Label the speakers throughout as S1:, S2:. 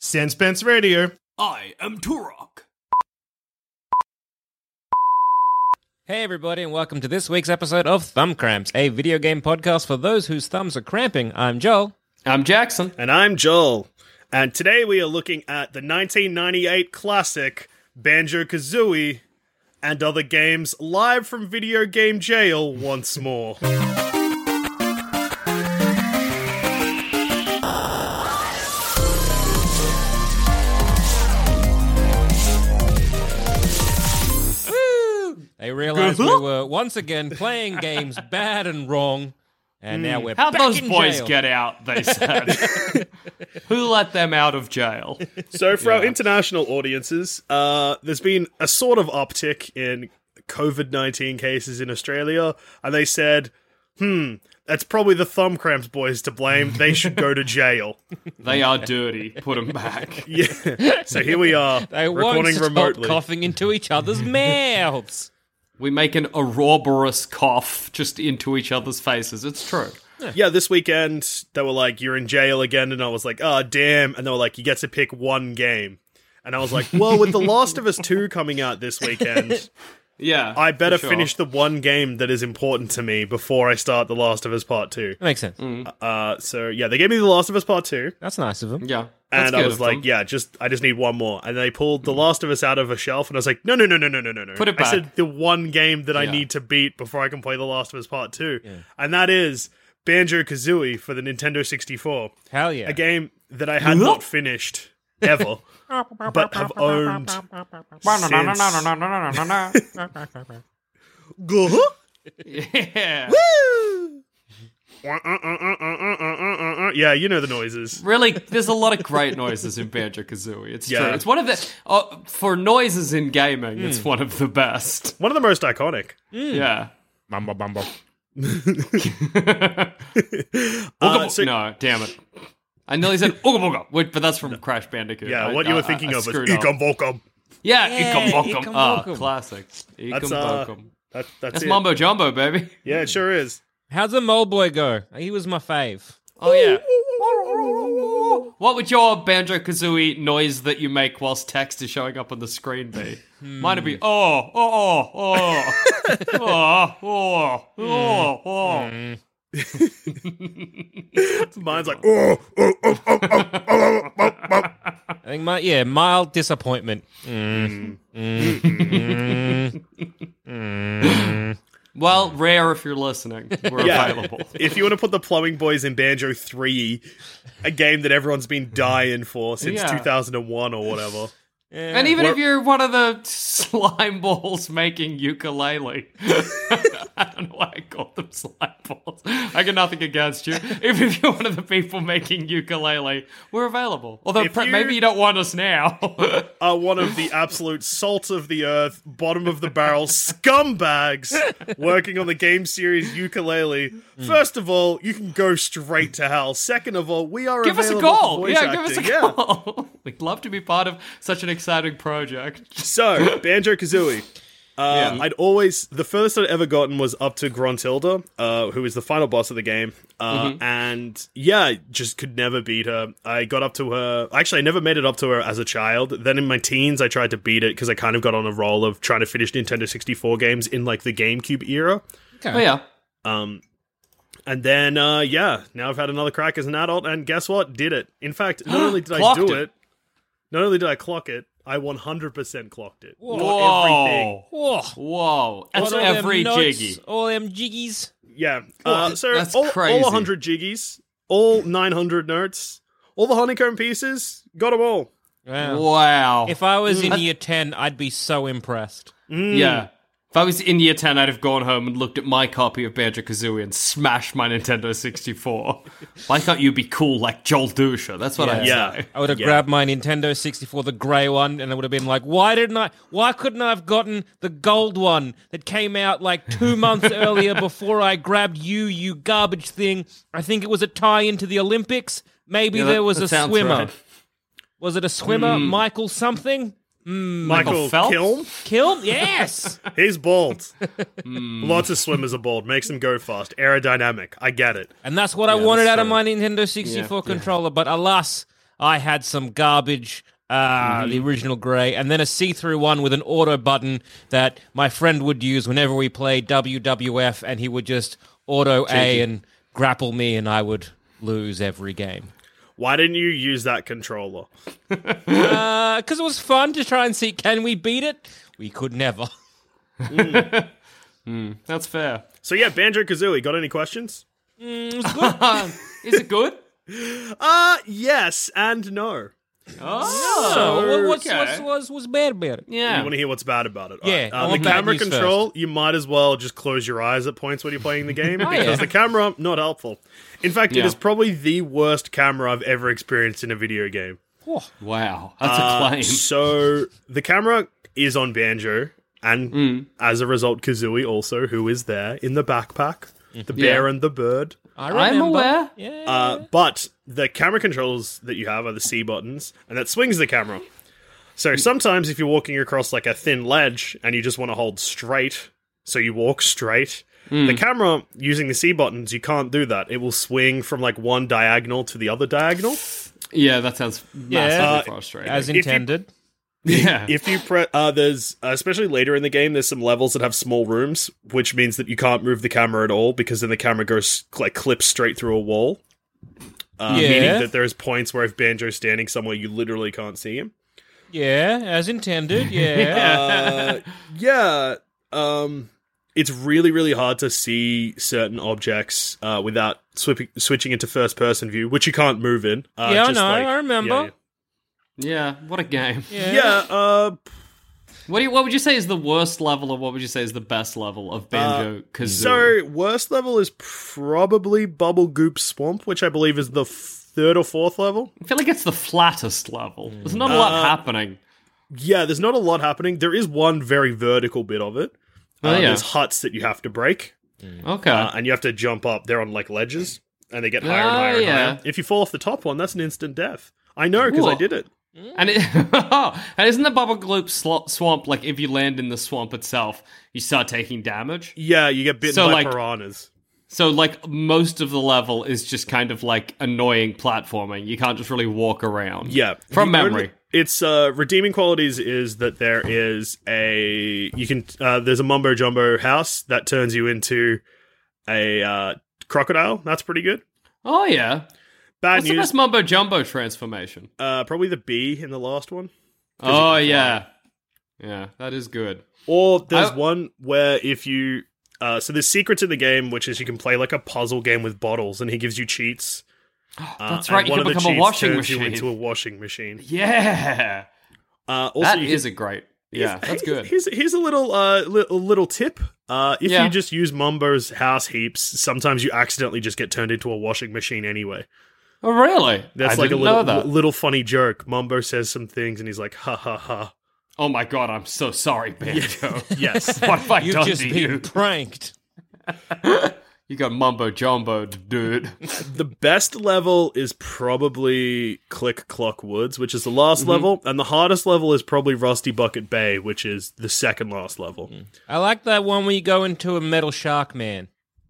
S1: San Spence Radio.
S2: I am Turok.
S3: Hey, everybody, and welcome to this week's episode of Thumb Cramps, a video game podcast for those whose thumbs are cramping. I'm Joel.
S2: I'm Jackson.
S1: And I'm Joel. And today we are looking at the 1998 classic Banjo Kazooie and other games live from video game jail once more.
S3: They realized we were once again playing games bad and wrong, and now we're
S2: How'd
S3: back
S2: Hmm. those
S3: in
S2: boys
S3: jail.
S2: get out, they said. Who let them out of jail?
S1: So, for our international audiences, uh, there's been a sort of uptick in COVID 19 cases in Australia, and they said, hmm, that's probably the thumb cramps boys to blame. They should go to jail.
S2: They are dirty. Put them back.
S1: Yeah. So here we are,
S3: They won't
S1: recording
S3: stop
S1: remotely.
S3: coughing into each other's mouths.
S2: We make an Ouroboros cough just into each other's faces. It's true.
S1: Yeah, this weekend they were like, "You're in jail again," and I was like, "Oh, damn!" And they were like, "You get to pick one game," and I was like, "Well, with The Last of Us Two coming out this weekend,
S2: Yeah.
S1: I better
S2: for sure.
S1: finish the one game that is important to me before I start The Last of Us Part Two.
S3: That makes sense.
S2: Hmm.
S1: Uh, so yeah, they gave me The Last of Us Part Two,
S3: That's nice of them.
S2: Yeah. That's
S1: and I
S2: good
S1: was
S2: of
S1: like,
S2: them. Hmm.
S1: "Yeah, just I just need one more." And they pulled The Last of Us out of a shelf, and I was like, "No, no, no, no, no, no, no, no!"
S2: Put it
S1: I said
S2: back.
S1: the one game that I
S2: Yeah.
S1: need to beat before I can play The Last of Us Part Two, and that is Banjo Kazooie for the Nintendo 64.
S3: Hell yeah.
S1: a game that I had not finished ever, but have owned since.
S2: yeah.
S1: Uh, yeah, you know the noises.
S2: Really, there's a lot of great noises in Banjo Kazooie. It's
S1: Yeah. Hmm.
S2: true. It's one of the uh, for noises in gaming. It's one of the best.
S1: One of the most iconic.
S2: Yeah.
S3: Mumbo bumbo.
S1: Uh,
S2: Ooga
S1: so-
S2: bo- Uh, no, damn it. I nearly said Ooga Booga, wait, but that's from Crash Bandicoot.
S1: yeah,
S2: I-
S1: what you
S2: I-
S1: were
S2: I-
S1: thinking
S2: I
S1: of was
S2: screwed up.
S1: Ecom Volcom.
S2: Yeah,
S3: Yeah,
S2: Ecom Bocum.
S3: Ecom
S2: Ah,
S3: Bocum.
S2: classic. Ecom
S1: That's, uh,
S2: Bocum.
S1: That, that's
S2: That's
S1: it.
S2: Mumbo Jumbo, baby.
S1: Yeah, it sure is.
S3: How's the mole boy go? He was my fave.
S2: Oh, yeah. What would your Banjo Kazooie noise that you make whilst text is showing up on the screen be? Mine would be, oh, oh, oh, oh, oh, oh, oh, oh.
S1: Mine's like, oh, oh, oh, oh, oh, oh, oh, oh.
S3: I think my yeah, mild disappointment.
S2: Well, rare if you're listening. We're
S1: Yeah.
S2: available.
S1: If you want to put the Plumbing Boys in Banjo 3, a game that everyone's been dying for since
S2: Yeah.
S1: 2001 or whatever.
S2: And even if you're one of the slime balls making ukulele, I don't know why I call them slime balls. I got nothing against you. If, if you're one of the people making ukulele, we're available. Although
S1: If
S2: pre-
S1: you-
S2: maybe you don't want us now.
S1: are one of the absolute salt of the earth, bottom of the barrel scumbags working on the game series ukulele. First of all, you can go straight to hell. Second of all, we are
S2: give us a
S1: available for
S2: call.
S1: voice
S2: Yeah, give us
S1: acting.
S2: a
S1: Yeah.
S2: call. We'd love to be part of such an exciting project.
S1: So Banjo Kazooie. Uh, I'd always the furthest I'd ever gotten was up to Gruntilda, uh, who is the final boss of the game, uh,
S2: Mm-hmm.
S1: and yeah, just could never beat her. I got up to her. Actually, I never made it up to her as a child. Then in my teens, I tried to beat it because I kind of got on a roll of trying to finish Nintendo sixty four games in like the GameCube era.
S2: Oh, yeah.
S1: And then uh, yeah, now I've had another crack as an adult, and guess what? Did it. In fact, not only did I
S2: Clocked
S1: do
S2: it.
S1: it, not only did I clock it, I one hundred percent clocked it. Got everything.
S2: Whoa.
S3: Whoa.
S2: Whoa. That's
S3: All them
S2: every
S3: notes,
S2: jiggy.
S3: All them jiggies.
S1: Yeah. Uh, so
S2: that's
S1: all, all
S2: crazy.
S1: 100 jiggies, all 900 notes, all the honeycomb pieces, got them all.
S3: Wow.
S2: Wow.
S3: If I was in year 10, I'd be so impressed.
S1: Hmm.
S2: Yeah. If I was in year 10, I'd have gone home and looked at my copy of Banjo Kazooie and smashed my Nintendo 64. Why can't you be cool like Joel Dusha? That's what I
S1: Yeah.
S2: say.
S3: I would have
S1: Yeah.
S3: grabbed my Nintendo 64, the grey one, and I would have been like, "Why didn't I? Why couldn't I have gotten the gold one that came out like two months earlier before I grabbed you, you garbage thing? I think it was a tie into the Olympics. Maybe
S2: Yeah, that-
S3: there was
S2: that
S3: a
S2: sounds
S3: swimmer.
S2: right.
S3: Was it a swimmer, Michael something?
S1: Michael,
S2: Phelps?
S1: Kiln?
S3: Killed? Yes.
S1: He's bald. Lots of swimmers are bald. Makes them go fast. Aerodynamic. I get it.
S3: And that's what I wanted
S2: that's
S3: out of
S2: fair.
S3: my Nintendo 64 controller, but alas, I had some garbage.
S2: Mm-hmm.
S3: Ah, the original grey, and then a see-through one with an auto button that my friend would use whenever we played WWF, and he would just auto A and grapple me, and I would lose every game.
S1: Why didn't you use that controller?
S3: Because Uh, it was fun to try and see can we beat it. We could never.
S2: That's fair.
S1: So yeah, Banjo Kazooie. Got any questions?
S2: Is it good?
S1: Uh yes and no.
S2: Oh,
S3: So what- what's,
S2: okay.
S3: what's, what's what's bad about it?
S1: You
S2: yeah.
S1: want to hear what's bad about it?
S3: Yeah,
S1: Alright,
S3: I
S1: Uh, the
S3: want bad
S1: camera
S3: news
S1: control, you might as well just close your eyes at points when you're playing the game because
S3: Oh, yeah.
S1: the camera, not helpful. In fact, it
S2: Yeah.
S1: is probably the worst camera I've ever experienced in a video game.
S2: Wow, that's a
S1: Uh,
S2: claim.
S1: so the camera is on Banjo, and
S3: Mm.
S1: as a result, Kazooie also, who is there in the backpack, the bear and the bird.
S3: I
S2: I'm
S3: remember.
S2: aware.
S3: Yeah.
S1: Uh, but the camera controls that you have are the C buttons, and that swings the camera. So sometimes if you're walking across like a thin ledge and you just want to hold straight, so you walk straight, the camera using the C buttons, you can't do that. It will swing from like one diagonal to the other diagonal.
S2: Yeah, that sounds massively
S1: Uh,
S2: frustrating.
S3: as
S1: you-
S3: intended.
S2: yeah.
S1: If you press, uh, there's uh, especially later in the game, there's some levels that have small rooms, which means that you can't move the camera at all because then the camera goes like clips straight through a wall. Uh,
S3: Yeah.
S1: Meaning that there's points where if Banjo's standing somewhere, you literally can't see him.
S3: Yeah, as intended. Yeah.
S1: uh, yeah, um, it's really really hard to see certain objects uh, without swipping, switching into first person view, which you can't move in. Uh,
S3: Yeah, I
S1: just
S3: know,
S1: like-
S3: I remember.
S1: yeah,
S2: yeah, what a game.
S1: Yeah, yeah, uh,
S2: What do you, what would you say is the worst level, or what would you say is the best level of Banjo Kazooie?
S1: Uh, so worst level is probably Bubble Goop Swamp, which I believe is the third or fourth level.
S2: I feel like it's the flattest level. There's
S1: Uh,
S2: not a lot happening.
S1: Yeah, there's not a lot happening. There is one very vertical bit of it.
S2: Oh,
S1: Uh,
S2: yeah.
S1: There's huts that you have to break.
S2: Okay.
S1: uh, and you have to jump up. They're on like ledges, and they get higher and
S2: Oh,
S1: higher and
S2: yeah.
S1: higher. If you fall off the top one, that's an instant death. I know because I
S2: Cool.
S1: did it.
S2: and, it, and isn't the bubble gloop sl- swamp like if you land in the swamp itself, you start taking damage?
S1: Yeah, you get bitten
S2: So,
S1: by
S2: like-
S1: piranhas.
S2: So, like, most of the level is just kind of like annoying platforming. You can't just really walk around.
S1: Yeah,
S2: From
S1: The only-
S2: memory.
S1: its uh, redeeming qualities is that there is a you can uh, there's a mumbo jumbo house that turns you into a uh, crocodile. That's pretty good.
S2: Oh, yeah.
S1: Bad
S2: What's the
S1: news,
S2: best mumbo jumbo transformation?
S1: uh, probably the bee in the last one.
S2: Oh, yeah. Yeah, that is good.
S1: Or there's
S2: I-
S1: one where if you uh, so there's secrets in the game, which is you can play like a puzzle game with bottles, and he gives you cheats. Uh,
S2: That's
S1: and
S2: right, you
S1: one
S2: can
S1: of the
S2: become a
S1: cheats
S2: washing
S1: turns you
S2: machine.
S1: into a washing machine.
S2: Yeah.
S1: Uh, also,
S2: That
S1: you
S2: is a great. Yeah, that's good.
S1: Here's here's a little uh li- a little tip. Uh, if
S2: Yeah.
S1: you just use Mumbo's house heaps, sometimes you accidentally just get turned into a washing machine anyway.
S2: Oh, really?
S1: That's
S2: I
S1: like a
S2: didn't
S1: little
S2: know that.
S1: little funny joke. Mumbo says some things, and he's like, ha ha ha.
S2: oh my god, I'm so sorry, Banjo.
S1: Yes.
S2: what have I
S3: You've
S2: done
S3: just
S2: to
S3: been
S2: you?
S3: pranked.
S2: You got mumbo jumbo, dude.
S1: the best level is probably Click Clock Woods, which is the
S2: Mm-hmm.
S1: last level, and the hardest level is probably Rusty Bucket Bay, which is the second last level.
S2: Mm.
S3: I like that one where you go into a metal shark man.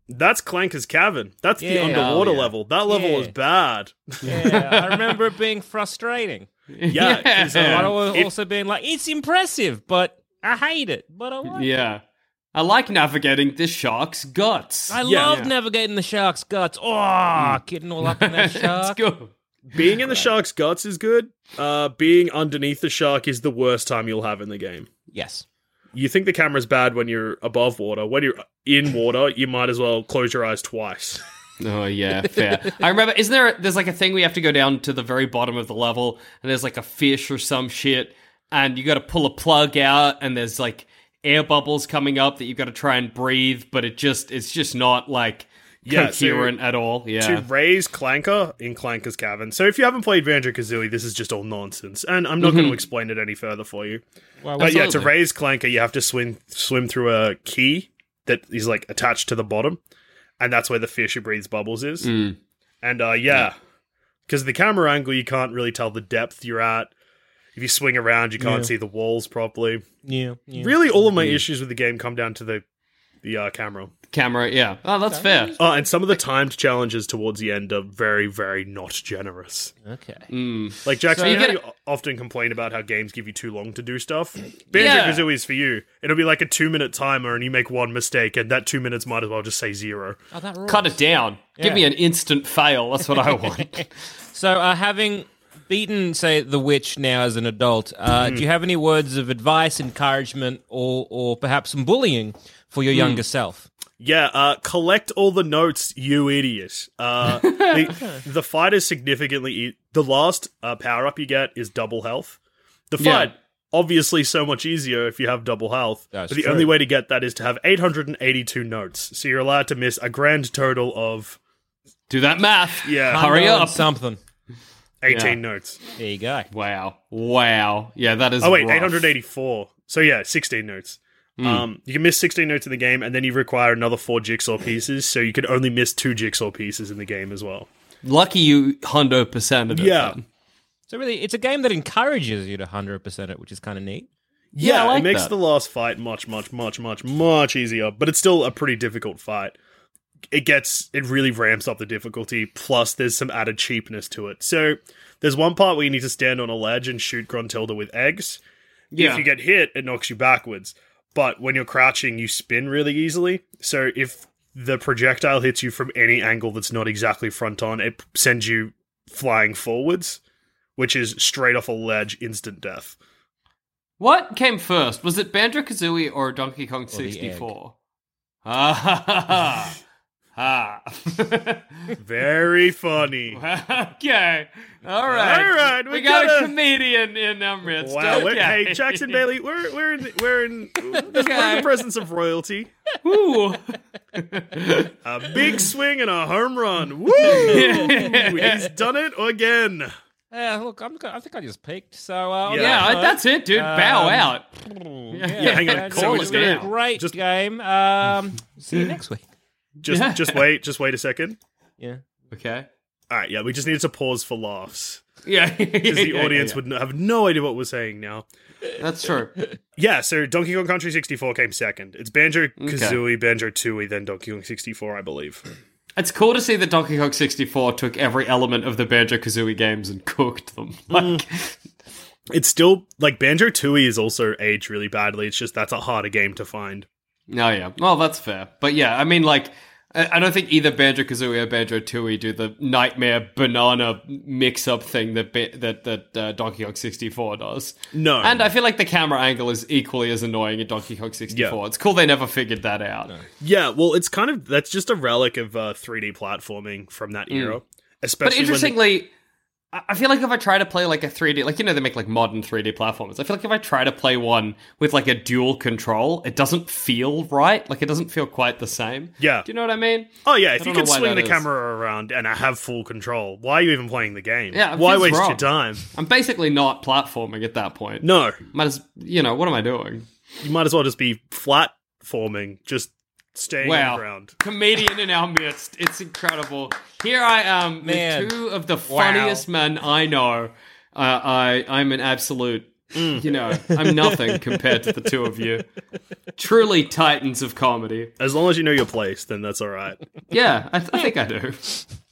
S1: That's Clanker's Cavern. That's the
S3: Yeah.
S1: underwater
S2: Oh, yeah.
S1: level. That level
S3: Yeah.
S1: is bad.
S3: Yeah, I remember it being frustrating.
S1: Yeah, 'cause, um,
S3: But
S2: Yeah.
S3: I was
S1: It-
S3: also being like, it's impressive, but I hate it. But I like it.
S2: Yeah. I like navigating the shark's guts.
S3: I
S1: Yeah.
S3: love
S1: Yeah.
S3: navigating the shark's guts. Oh,
S2: Mm.
S3: getting all up in that
S2: That's
S3: shark.
S2: good.
S1: Being in the shark's guts is good. Uh, being underneath the shark is the worst time you'll have in the game.
S3: yes.
S1: You think the camera's bad when you're above water. When you're in water, you might as well close your eyes twice.
S2: Oh yeah, fair. I remember. Isn't there? There's like a thing we have to go down to the very bottom of the level, and there's like a fish or some shit, and you got to pull a plug out, and there's like air bubbles coming up that you've got to try and breathe, but it just it's just not like
S1: Yeah, so-
S2: coherent at all. Yeah.
S1: to raise Clanker in Clanker's Cavern. So if you haven't played Banjo Kazooie, this is just all nonsense, and I'm not going to explain it any further for you.
S2: Uh,
S1: but yeah, to
S2: absolutely.
S1: raise Clanker, you have to swim swim through a key that is like attached to the bottom, and that's where the fish who breathes bubbles is.
S2: Mm.
S1: And uh, yeah, because the camera angle, you can't really tell the depth you're at. If you swing around, you can't see the walls properly.
S3: Yeah, yeah.
S1: Really, all of my issues with the game come down to the the uh, camera.
S2: Camera, yeah. Oh, that's fair.
S1: Uh, and some of the timed challenges towards the end are very, very not generous.
S3: Okay.
S2: Mm.
S1: Like Jackson,
S2: So
S1: you
S2: you
S1: know
S2: get-
S1: you o- often complain about how games give you too long to do stuff. Banjo
S2: Yeah.
S1: Kazooie is for you. It'll be like a two-minute timer, and you make one mistake, and that two minutes might as well just say zero.
S3: Oh, that rules.
S2: Cut it down.
S3: Yeah.
S2: Give me an instant fail. That's what I want.
S3: So, uh, having beaten, say, the witch now as an adult, uh,
S2: Mm.
S3: do you have any words of advice, encouragement, or or perhaps some bullying for
S2: Mm.
S3: your younger self?
S1: Yeah, uh, collect all the notes, you idiot. Uh, the, the fight is significantly. E- the last uh, power up you get is double health. The
S2: Yeah.
S1: fight, obviously, so much easier if you have double health.
S3: That's
S1: but the
S3: true.
S1: only way to get that is to have 882 notes. So you're allowed to miss a grand total of
S2: Do that math.
S1: Yeah.
S2: Hurry
S3: Hunger and
S2: up.
S3: Something.
S1: 18
S2: Yeah.
S1: notes.
S3: There you go.
S2: Wow. Wow. Yeah, that is
S1: Oh wait,
S2: rough.
S1: 884. So yeah, 16 notes. Um, you can miss 16 notes in the game, and then you require another four jigsaw pieces. So you can only miss two jigsaw pieces in the game as well.
S2: Lucky you hundo percented it.
S1: Yeah.
S2: then.
S3: So, really, it's a game that encourages you to 100% it, which is kind of neat.
S2: Yeah, I like
S1: it makes
S2: that.
S1: the last fight much, much, much, much, much easier. But it's still a pretty difficult fight. It gets it really ramps up the difficulty. Plus, there's some added cheapness to it. So there's one part where you need to stand on a ledge and shoot Gruntilda with eggs.
S2: Yeah.
S1: If you get hit, it knocks you backwards. But when you're crouching, you spin really easily. So if the projectile hits you from any angle that's not exactly front on, it sends you flying forwards, which is straight off a ledge, instant death.
S2: What came first? Was it Banjo Kazooie or Donkey Kong
S3: the egg.
S2: 64? Ah ha ha ha. ha.
S1: Very funny.
S2: okay. All right.
S1: All right, we
S2: got
S1: gotta-
S2: a comedian in Emirates.
S1: Wow. we're-
S2: Okay.
S1: Hey, Jackson Bailey, we're we're in we're in, we're in the
S2: Okay.
S1: presence of royalty.
S2: Ooh.
S1: A big swing and a home run. Woo! He's done it again.
S3: Yeah, look, I'm, go- I think I just peaked. So, uh,
S1: Yeah.
S2: Yeah, that's it, dude. Bow
S3: Um,
S2: out.
S3: yeah,
S1: hang on.
S3: that's
S1: So we're
S3: a
S1: just gonna-
S3: great
S1: just-
S3: game. Um, see you next week.
S1: Just
S2: Yeah.
S1: just wait, just wait a second.
S3: Yeah.
S2: Okay.
S1: All right, yeah, we just needed to pause for laughs
S2: Yeah.
S1: because the audience would n- have no idea what we're saying now.
S2: That's true.
S1: Yeah, so Donkey Kong Country 64 came second. It's Banjo Kazooie, Banjo Tooie, then Donkey Kong 64, I believe.
S2: It's cool to see that Donkey Kong 64 took every element of the Banjo Kazooie games and cooked them. Like,
S1: Mm. It's still like Banjo Tooie is also aged really badly. It's just that's a harder game to find.
S2: No, oh, yeah. Well, that's fair. But yeah, I mean, like, I I don't think either Banjo Kazooie or Banjo Tooie do the nightmare banana mix-up thing that ba- that that uh, Donkey Kong 64 does.
S1: No,
S2: And I feel like the camera angle is equally as annoying in Donkey Kong 64.
S1: Yeah.
S2: It's cool they never figured that out.
S1: Yeah, well, it's kind of that's just a relic of uh, 3D platforming from that era, especially.
S2: Hmm. But
S1: when-
S2: interestingly, I I feel like if I try to play like a 3D, like you know, they make like modern 3D platformers. I feel like if I try to play one with like a dual control, it doesn't feel right. Like it doesn't feel quite the same.
S1: Yeah.
S2: Do you know what I mean?
S1: oh yeah, if
S2: I
S1: you
S2: don't
S1: can
S2: know why
S1: swing the
S2: that is.
S1: camera around and I have full control, why are you even playing the game?
S2: Yeah, it
S1: why
S2: feels
S1: waste your
S2: wrong.
S1: time?
S2: I'm basically not platforming at that point.
S1: No,
S2: Might as you know, what am I doing?
S1: you might as well just be platforming, just staying on
S2: Wow.
S1: the ground.
S2: Comedian in our midst. It's incredible. Here I am
S3: Man.
S2: with two of the funniest men I know. Uh, I I'm an absolute
S1: Mm.
S2: you know, I'm nothing compared to the two of you. Truly titans of comedy.
S1: As long as you know your place, then that's all right.
S2: Yeah, I, th- I think I do.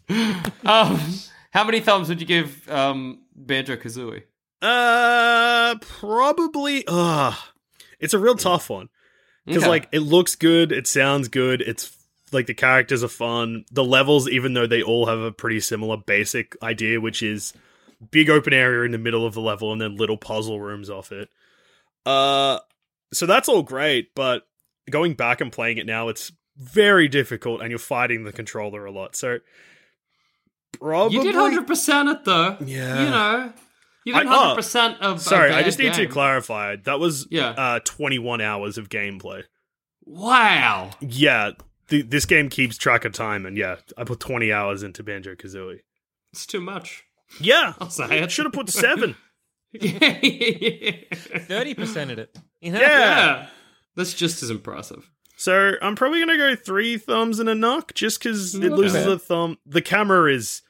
S2: Um, how many thumbs would you give um, Banjo Kazooie?
S1: Uh, probably. Uh, it's a real tough one because
S2: Hmm. Okay.
S1: like it looks good, it sounds good, it's like the characters are fun. The levels, even though they all have a pretty similar basic idea, which is big open area in the middle of the level and then little puzzle rooms off it. Uh, so that's all great, but going back and playing it now, it's very difficult, and you're fighting the controller a lot. So probably
S2: You did hundred percent it though.
S1: Oh, Yeah.
S2: You know, you You did
S1: I- oh,
S2: hundred percent of. a
S1: Sorry, I
S2: bad
S1: just need to
S2: game.
S1: clarify. That was
S2: Yeah.
S1: uh, 21 hours of gameplay.
S2: Wow.
S1: Yeah, th- this game keeps track of time, and yeah, I put 20 hours into Banjo Kazooie.
S2: It's too much.
S1: Yeah,
S2: I'll say it.
S1: should have put seven.
S2: yeah.
S3: Thirty percent it. You know?
S1: Yeah.
S2: That's just as impressive.
S1: So I'm probably gonna go three thumbs and a knock, just because it loses
S3: Okay.
S1: a thumb. The camera is.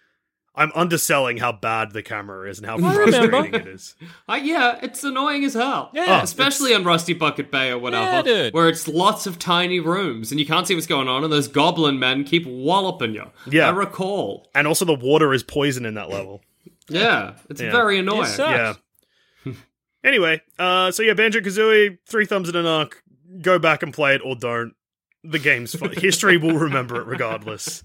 S1: I'm underselling how bad the camera is and how
S3: I remember.
S1: frustrating it is.
S2: Uh, yeah, it's annoying as hell.
S3: Yeah.
S1: Oh,
S2: Especially on Rusty Bucket Bay or whatever,
S3: Yeah, dude.
S2: where it's lots of tiny rooms and you can't see what's going on, and those goblin men keep walloping you.
S1: Yeah.
S2: I recall.
S1: And also, the water is poison in that level.
S2: Yeah, it's
S1: Yeah.
S2: very annoying.
S3: Yes, sir.
S1: Yeah. anyway, uh, so yeah, Banjo Kazooie, three thumbs and a knock. Go back and play it or don't. The game's fun. History will remember it regardless.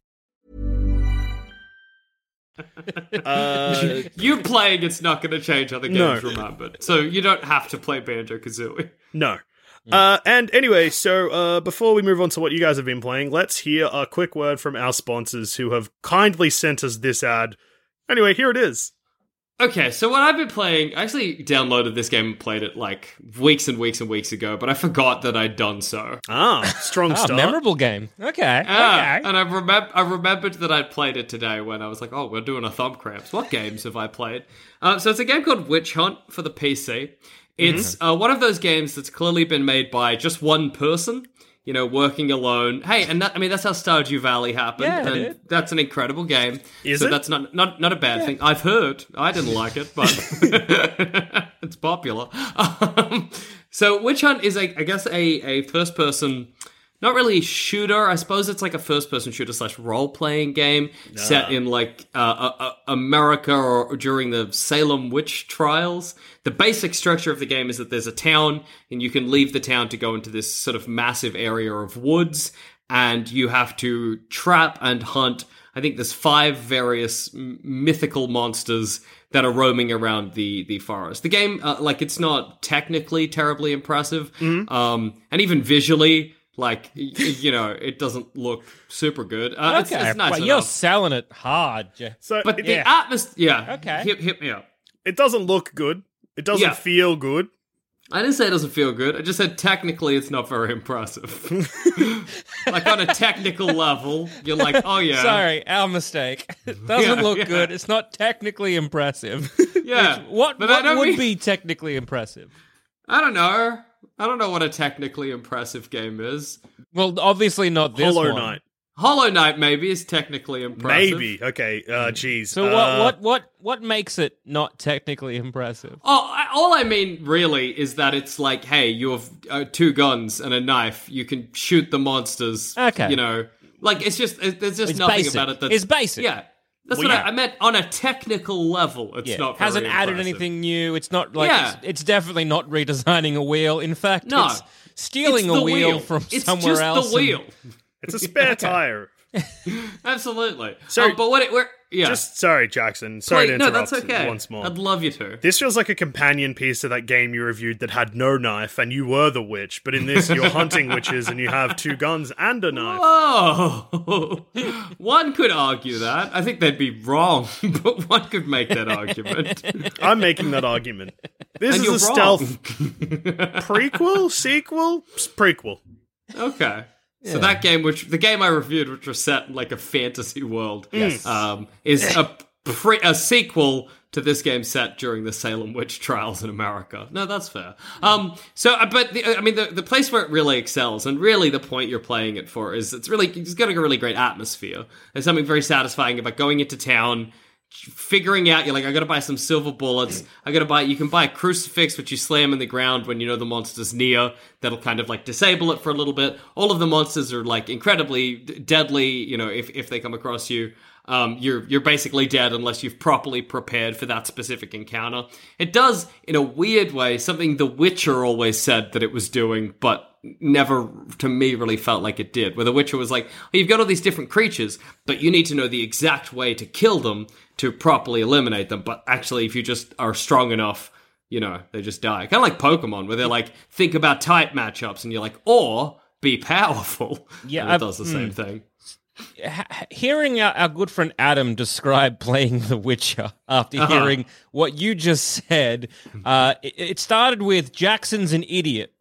S1: Uh,
S2: You playing it's not going to change how the
S1: No.
S2: game's remembered. So you don't have to play Banjo Kazooie.
S1: no.
S3: Hmm.
S1: Uh, and anyway, so uh, before we move on to what you guys have been playing, let's hear a quick word from our sponsors who have kindly sent us this ad. Anyway, here it is.
S2: Okay, so what I've been playing, I actually downloaded this game and played it like weeks and weeks and weeks ago, but I forgot that I'd done so.
S1: Ah, strong
S3: Ah,
S1: start.
S3: memorable game. Okay.
S2: Ah,
S3: okay.
S2: And I, remem- I remembered that I'd played it today when I was like, oh, we're doing a thumb cramps. What games have I played? Uh, so it's a game called Witch Hunt for the
S3: Mm-hmm.
S2: PC. It's uh, one of those games that's clearly been made by just one person, you know, working alone. Hey, and that, I mean, that's how Stardew Valley happened.
S3: Yeah,
S2: and
S3: dude.
S2: that's an incredible game.
S1: Is
S2: so
S1: it?
S2: that's not, not, not a bad thing. I've heard. I didn't like it, but it's popular. Um, so Witch Hunt is, a, I guess, a, a first person not really a shooter. I suppose it's like a first-person shooter slash role-playing game set in like uh, uh, uh, America or during the Salem witch trials. The basic structure of the game is that there's a town, and you can leave the town to go into this sort of massive area of woods, and you have to trap and hunt. I think there's five various m- mythical monsters that are roaming around the the forest. The game, uh, like, it's not technically terribly impressive,
S3: Mm-hmm.
S2: um, and even visually, like, y- y- you know, it doesn't look super good. Uh, it's,
S3: okay.
S2: it's nice
S3: Well,
S2: enough.
S3: you're selling it hard. Jeff.
S1: So
S2: but
S1: it,
S2: the atmosphere, yeah,
S3: Okay.
S2: hit, hit me up.
S1: it doesn't look good. It doesn't
S2: Yeah.
S1: feel good.
S2: I didn't say it doesn't feel good. I just said technically it's not very impressive. like on a technical level, you're like, oh yeah,
S3: Sorry, our mistake. It doesn't
S2: Yeah,
S3: look
S2: yeah.
S3: good. It's not technically impressive.
S2: yeah.
S3: what
S2: But I
S3: what
S2: don't
S3: would
S2: mean-
S3: be technically impressive?
S2: I don't know. I don't know what a technically impressive game is.
S3: Well, obviously not this
S1: Hollow
S3: one.
S1: Knight.
S2: Hollow Knight maybe is technically impressive.
S1: Maybe. Okay. Uh, geez.
S3: Hmm. So what,
S1: Uh,
S3: what what what makes it not technically impressive?
S2: Oh, I, all I mean really is that it's like, hey, you have uh, two guns and a knife. You can shoot the monsters.
S3: Okay.
S2: You know, like it's just it, there's just
S3: It's
S2: nothing
S3: basic.
S2: about it that's
S3: It's basic.
S2: Yeah. That's
S1: Well,
S2: what
S1: yeah.
S2: I, I meant on a technical level. It's
S3: Yeah,
S2: not very
S3: hasn't added
S2: impressive.
S3: anything new. It's not like
S2: Yeah.
S3: it's, it's definitely not redesigning a wheel. In fact,
S2: No.
S3: it's stealing
S2: It's the
S3: a wheel, from
S2: it's
S3: somewhere
S2: just
S3: else.
S2: The
S3: and-
S2: wheel,
S1: It's a spare tire.
S2: absolutely.
S1: So-
S2: Um, but what it, where, yeah,
S1: Just sorry, Jackson. Sorry
S2: Wait,
S1: to
S2: no,
S1: interrupt
S2: that's okay.
S1: once more.
S2: I'd love you to.
S1: This feels like a companion piece to that game you reviewed that had no knife and you were the witch, but in this you're hunting witches and you have two guns and a knife.
S2: Oh, one could argue that. I think they'd be wrong, but one could make that argument.
S1: I'm making that argument. This is
S2: And you're
S1: a
S2: wrong.
S1: stealth prequel, sequel, S- prequel.
S2: Okay. So that game, which the game I reviewed, which was set in like a fantasy world, yes. um, is a pre- a sequel to this game set during the Salem witch trials in America. No, that's fair. Um, so, uh, but the, I mean, the, the place where it really excels, and really the point you're playing it for, is it's really it's got a really great atmosphere. There's something very satisfying about going into town figuring out you're like i gotta buy some silver bullets i gotta buy you can buy a crucifix which you slam in the ground when you know the monster's near that'll kind of like disable it for a little bit all of the monsters are like incredibly d- deadly you know if, if they come across you um, you're you're basically dead unless you've properly prepared for that specific encounter it does in a weird way something the witcher always said that it was doing but never to me really felt like it did. Where The Witcher was like, oh, you've got all these different creatures, but you need to know the exact way to kill them to properly eliminate them. But actually, if you just are strong enough, you know, they just die. Kind of like Pokemon, where they're like, think about type matchups, and you're like, or be powerful.
S3: Yeah,
S2: And
S3: I've- hmm.
S2: it does the same thing.
S3: Hearing our, our good friend Adam describe playing The Witcher after
S2: Uh-huh.
S3: hearing what you just said, uh, it, it started with Jackson's an idiot.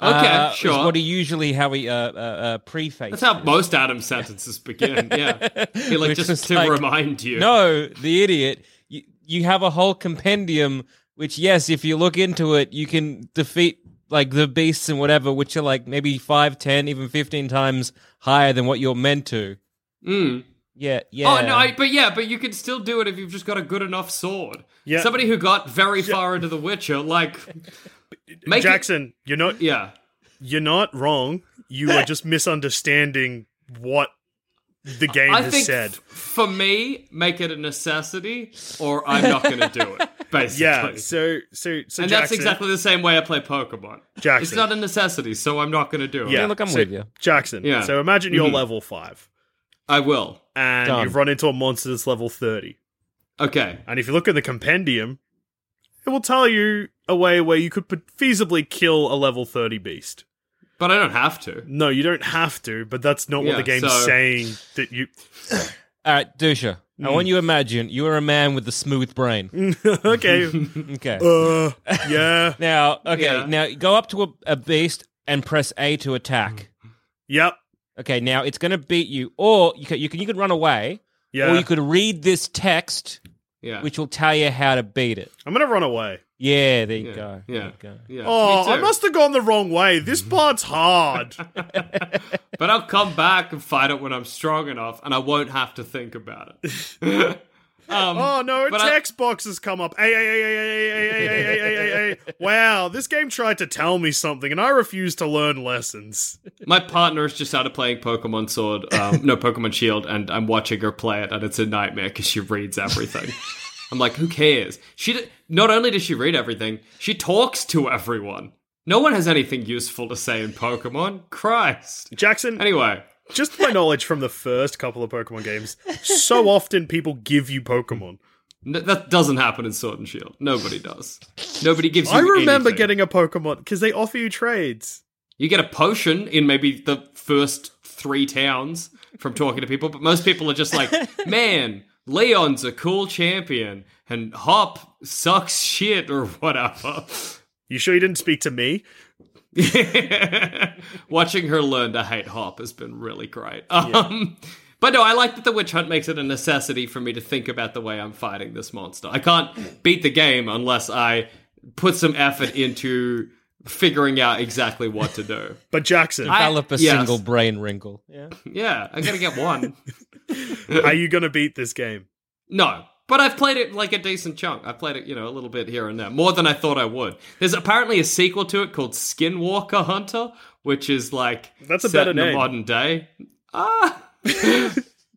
S2: Okay,
S3: uh, is
S2: sure.
S3: what he usually how he uh, uh, uh, preface.
S2: That's how most Adam sentences begin. Yeah, You're like
S3: Which
S2: just
S3: is
S2: to
S3: like,
S2: remind you.
S3: No, the idiot. You, you have a whole compendium, which yes, if you look into it, you can defeat like the beasts and whatever, which are like maybe five, ten, even fifteen times higher than what you're meant to.
S2: Mm.
S3: Yeah, yeah.
S2: Oh no, I, but yeah, but you can still do it if you've just got a good enough sword.
S1: Yeah.
S2: Somebody who got very far into The Witcher, like make
S1: Jackson, you're not
S2: It, yeah.
S1: you're not wrong. You are just misunderstanding what the game
S2: I
S1: has
S2: think
S1: said.
S2: f- for me, make it a necessity, or I'm not going to do it. Basically,
S1: yeah. So so so Jackson,
S2: and that's exactly the same way I play Pokemon.
S1: Jackson.
S2: It's not a necessity, so I'm not going to do it.
S1: yeah,
S3: look, I'm
S1: so
S3: with you.
S1: Jackson.
S2: Yeah.
S1: So imagine you're
S2: Mhm.
S1: level five
S2: I will.
S1: and
S3: Done.
S1: you've run into a monster that's level thirty.
S2: Okay.
S1: And if you look at the compendium, it will tell you a way where you could put- feasibly kill a level 30 beast.
S2: But I don't have to.
S1: No, you don't have to, but that's not what
S2: Yeah,
S1: the game's
S2: so-
S1: saying that you
S3: All right, Dusha. I
S2: Hmm.
S3: want you to imagine you are a man with a smooth brain.
S1: Okay.
S3: Okay.
S1: uh, yeah.
S3: now, okay.
S2: Yeah.
S3: Now go up to a, a beast and press A to attack.
S2: Hmm.
S1: Yep.
S3: Okay. Now it's going to beat you, or you can, you can you can run away,
S1: Yeah.
S3: or you could read this text,
S2: Yeah.
S3: which will tell you how to beat it.
S1: I'm going to run away.
S3: Yeah, there you
S2: yeah.
S3: go. There
S2: Yeah.
S3: you go.
S2: yeah.
S1: Oh,
S2: Me
S1: I
S2: too.
S1: must have gone the wrong way. This part's hard.
S2: But I'll come back and fight it when I'm strong enough, and I won't have to think about it. um,
S1: Oh no, a
S2: But I-
S1: text box has come up. Hey, hey, hey, hey, hey, hey, hey, hey, hey, hey, hey, hey. Wow, this game tried to tell me something and I refuse to learn lessons.
S2: My partner has just started playing Pokemon Sword, um, no Pokemon Shield, and I'm watching her play it, and it's a nightmare because she reads everything. I'm like, who cares? She d- not only does she read everything, she talks to everyone. No one has anything useful to say in Pokemon. Christ.
S1: Jackson,
S2: Anyway,
S1: just my knowledge from the first couple of Pokemon games, so often people give you Pokemon.
S2: n- that doesn't happen in Sword and Shield. Nobody does. Nobody gives. You
S1: I remember
S2: anything.
S1: getting a Pokemon because they offer you trades.
S2: You get a potion in maybe the first three towns from talking to people, but most people are just like, man, Leon's a cool champion and Hop sucks shit or whatever.
S1: You sure you didn't speak to me?
S2: Watching her learn to hate Hop has been really great. Um, But no, I like that the witch hunt makes it a necessity for me to think about the way I'm fighting this monster. I can't beat the game unless I put some effort into figuring out exactly what to do.
S1: But Jackson,
S3: Develop a
S2: yes.
S3: single brain wrinkle. Yeah.
S2: yeah, I gotta get one.
S1: are you going to beat this game?
S2: No. But I've played it like a decent chunk. I've played it, you know, a little bit here and there, more than I thought I would. There's apparently a sequel to it called Skinwalker Hunter, which is like
S1: That's a
S2: set
S1: better
S2: in the
S1: name.
S2: modern day. Ah,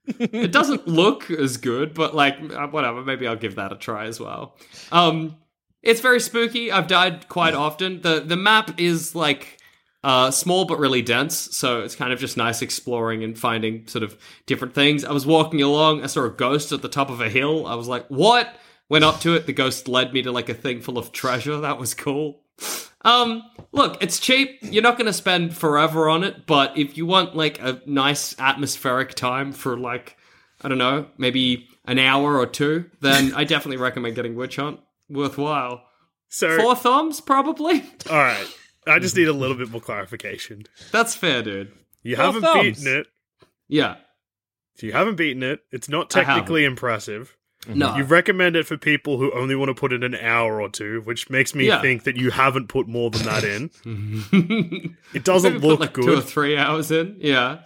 S2: it doesn't look as good, but like uh, whatever. Maybe I'll give that a try as well. Um, it's very spooky. I've died quite often. the The map is like uh, small but really dense, so it's kind of just nice exploring and finding sort of different things. I was walking along, I saw a ghost at the top of a hill. I was like, "What?" Went up to it. The ghost led me to like a thing full of treasure. That was cool. Um, look, it's cheap. You're not going to spend forever on it, but if you want like a nice atmospheric time for like I don't know, maybe an hour or two, then I definitely recommend getting Witch Hunt. Worthwhile.
S1: So,
S2: Four thumbs, probably.
S1: all right. I just need a little bit more clarification.
S2: That's fair, dude.
S1: You
S3: Four
S1: haven't
S3: thumbs.
S1: beaten it.
S2: Yeah.
S1: If you haven't beaten it, it's not
S2: I haven't.
S1: technically impressive.
S2: No.
S1: You recommend it for people who only want to put in an hour or two, which makes me
S2: Yeah.
S1: think that you haven't put more than that in. it doesn't
S2: Maybe put,
S1: look
S2: like
S1: good.
S2: two or three hours in. Yeah.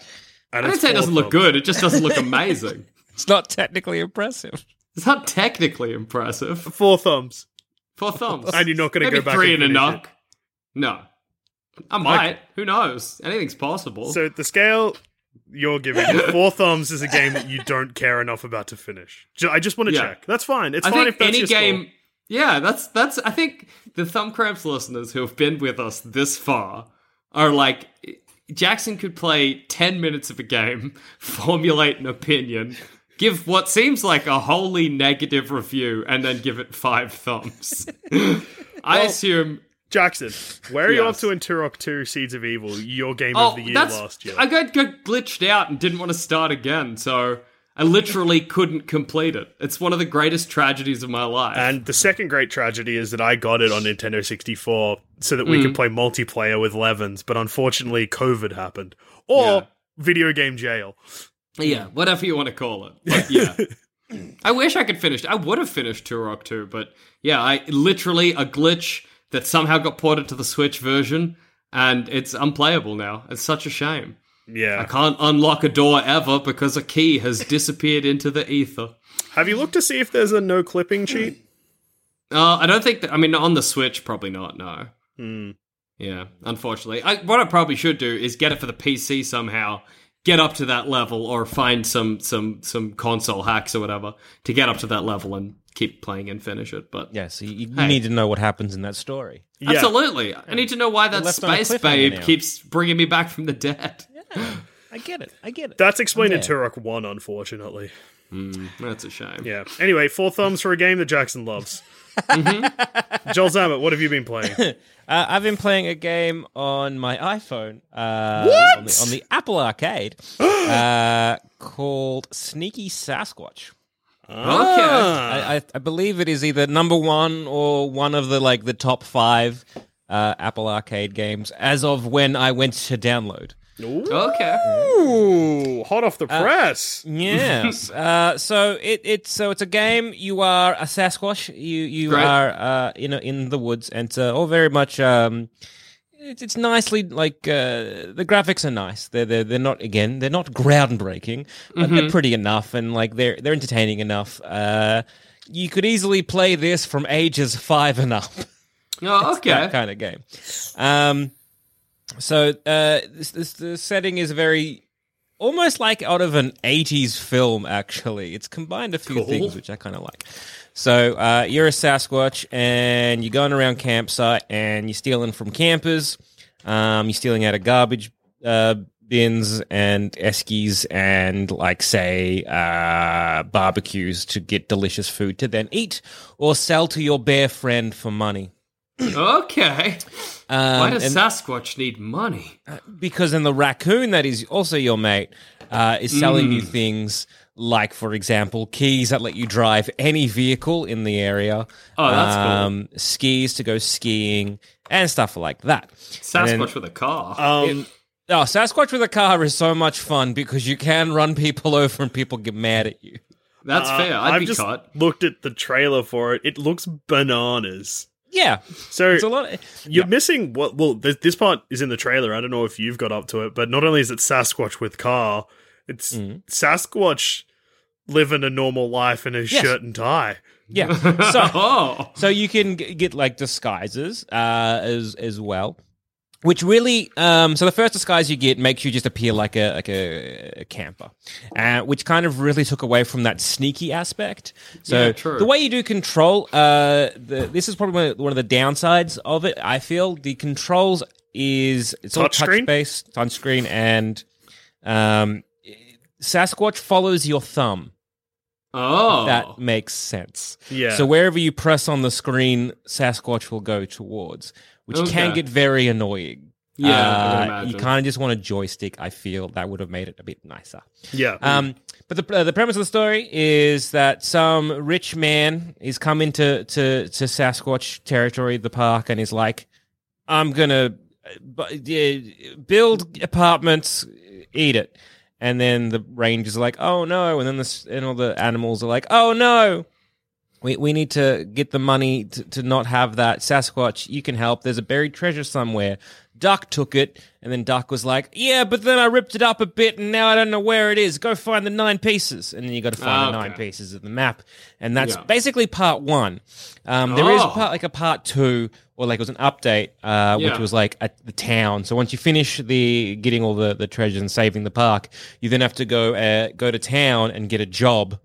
S1: and
S2: I don't
S1: it's
S2: say it
S1: four
S2: doesn't look
S1: thumbs.
S2: good, it just doesn't look amazing.
S3: It's not technically impressive.
S2: It's not technically impressive.
S1: Four thumbs.
S2: Four thumbs.
S1: And you're not gonna
S2: Maybe
S1: go back
S2: three
S1: and
S2: in a
S1: finish
S2: knock. No. I might. Who knows? Anything's possible.
S1: So the scale you're giving it, four thumbs is a game that you don't care enough about to finish. Ju- I just want to
S2: Yeah.
S1: check. That's fine. It's
S2: I
S1: fine
S2: think
S1: if that's
S2: any
S1: your score.
S2: game. Yeah, that's that's. I think the thumb cramps listeners who have been with us this far are like Jackson could play ten minutes of a game, formulate an opinion, give what seems like a wholly negative review, and then give it five thumbs. I assume.
S1: Jackson, where are you up
S2: Yes.
S1: to in Turok 2 Seeds of Evil, your game
S2: Oh,
S1: of the year
S2: that's.
S1: last year?
S2: I got, got glitched out and didn't want to start again, so. I literally couldn't complete it. It's one of the greatest tragedies of my life.
S1: And the second great tragedy is that I got it on Nintendo 64 so that we
S2: Mm.
S1: could play multiplayer with Levens, but unfortunately, COVID happened. Or
S2: Yeah.
S1: video game jail.
S2: Yeah, whatever you want to call it. But yeah. I wish I could finish. I would have finished Turok 2, but yeah, I literally a glitch that somehow got ported to the Switch version and it's unplayable now. It's such a shame. I
S1: Yeah.
S2: can't unlock a door ever because a key has disappeared into the ether.
S1: Have you looked to see if there's a no clipping
S2: Mm.
S1: cheat?
S2: Uh, I don't think that. I mean, on the Switch, probably not. No.
S3: Hmm.
S2: Yeah, unfortunately. I, what I probably should do is get it for the PC somehow. Get up to that level, or find some some some console hacks or whatever to get up to that level and keep playing and finish it. But
S3: Yeah, so you, you
S2: Hey.
S3: need to know what happens in that story.
S1: Yeah.
S2: absolutely, I need to know why that
S3: left on a
S2: space
S3: cliffhanger
S2: babe
S3: now.
S2: keeps bringing me back from the dead.
S3: I get it. I get it.
S1: That's explained in
S3: Yeah.
S1: Turok 1, unfortunately.
S2: That's a shame.
S1: Yeah. Anyway, four thumbs for a game that Jackson loves.
S2: Mm-hmm.
S1: Joel Zammett, what have you been playing?
S3: Uh, I've been playing a game on my iPhone. Uh, On the, on the Apple Arcade uh, called Sneaky Sasquatch.
S2: Okay.
S3: I, I, I believe it is either number one or one of the like the top five uh, Apple Arcade games as of when I went to download.
S2: Okay. Oh,
S1: Ooh, hot off the
S2: Uh,
S1: press.
S3: Yes. uh, so it, it's so it's a game. You are a Sasquatch. You you
S2: Right.
S3: are uh, in a, in the woods, and it's uh, all very much. Um, it's, it's nicely like uh, the graphics are nice. They're, they're they're not again. They're not groundbreaking, but they're pretty enough, and like they're they're entertaining enough. Uh, you could easily play this from ages five and up
S2: Oh,
S3: that
S2: okay.
S3: kind of game. Um, so uh, this, this, the setting is very almost like out of an 80s film actually it's combined a few things which i kind of like so uh, you're a sasquatch and you're going around campsite and you're stealing from campers um, you're stealing out of garbage uh, bins and eskies and like say uh, barbecues to get delicious food to then eat or sell to your bear friend for money
S2: Okay.
S3: um,
S2: Why does
S3: and-
S2: Sasquatch need money?
S3: because then the raccoon that is also your mate uh, is selling
S2: Mm.
S3: you things like, for example, keys that let you drive any vehicle in the area.
S2: Oh, that's cool.
S3: cool. Skis to go skiing and stuff like that.
S2: Sasquatch
S3: And then-
S2: with a car.
S1: Um,
S3: Oh, Sasquatch with a car is so much fun because you can run people over and people get mad at you. uh,
S2: That's fair. I'd
S1: have
S2: be
S1: just
S2: caught.
S1: looked at the trailer for it. It looks bananas.
S3: Yeah,
S1: So
S3: it's a lot.
S1: You're missing what? Well, th- this part is in the trailer. I don't know if you've got up to it, but not only is it Sasquatch with car, it's Sasquatch living a normal life in his
S3: Yes.
S1: shirt and tie.
S3: Yeah, so
S2: Oh,
S3: so you can g- get like disguises uh, as as well. Which really, um, so the first disguise you get makes you just appear like a like a, a camper, uh, which kind of really took away from that sneaky aspect. So
S2: Yeah, true.
S3: the way you do control, uh, the, this is probably one of, one of the downsides of it. I feel the controls is it's all
S1: Touchscreen?
S3: touch based, touchscreen, and um, Sasquatch follows your thumb
S2: oh,
S3: that makes sense.
S1: Yeah.
S3: So wherever you press on the screen, Sasquatch will go towards, which can
S2: Okay.
S3: get very annoying.
S2: Yeah, I can
S3: Uh, you
S2: imagine.
S3: kind of just want a joystick. I feel that would have made it a bit nicer.
S1: Yeah.
S3: Um, but the uh, the premise of the story is that some rich man is coming to to to Sasquatch territory, the park, and he's like, "I'm gonna uh, bu- uh, build apartments, eat it." And then the rangers are like, "Oh no!" And then the s- and all the animals are like, "Oh no!" We, we need to get the money to, to not have that. Sasquatch, you can help. There's a buried treasure somewhere. Duck took it, and then Duck was like, Yeah, but then I ripped it up a bit, and now I don't know where it is. Go find the nine pieces. And then you got to find the
S2: Ah, Okay.
S3: nine pieces of the map. And that's
S2: Yeah.
S3: basically part one. Um, There is
S2: Oh.
S3: part, like a part two, or like it was an update,
S2: Yeah.
S3: uh, which was like a, the town. So once you finish the getting all the, the treasures and saving the park, you then have to go uh, go to town and get a job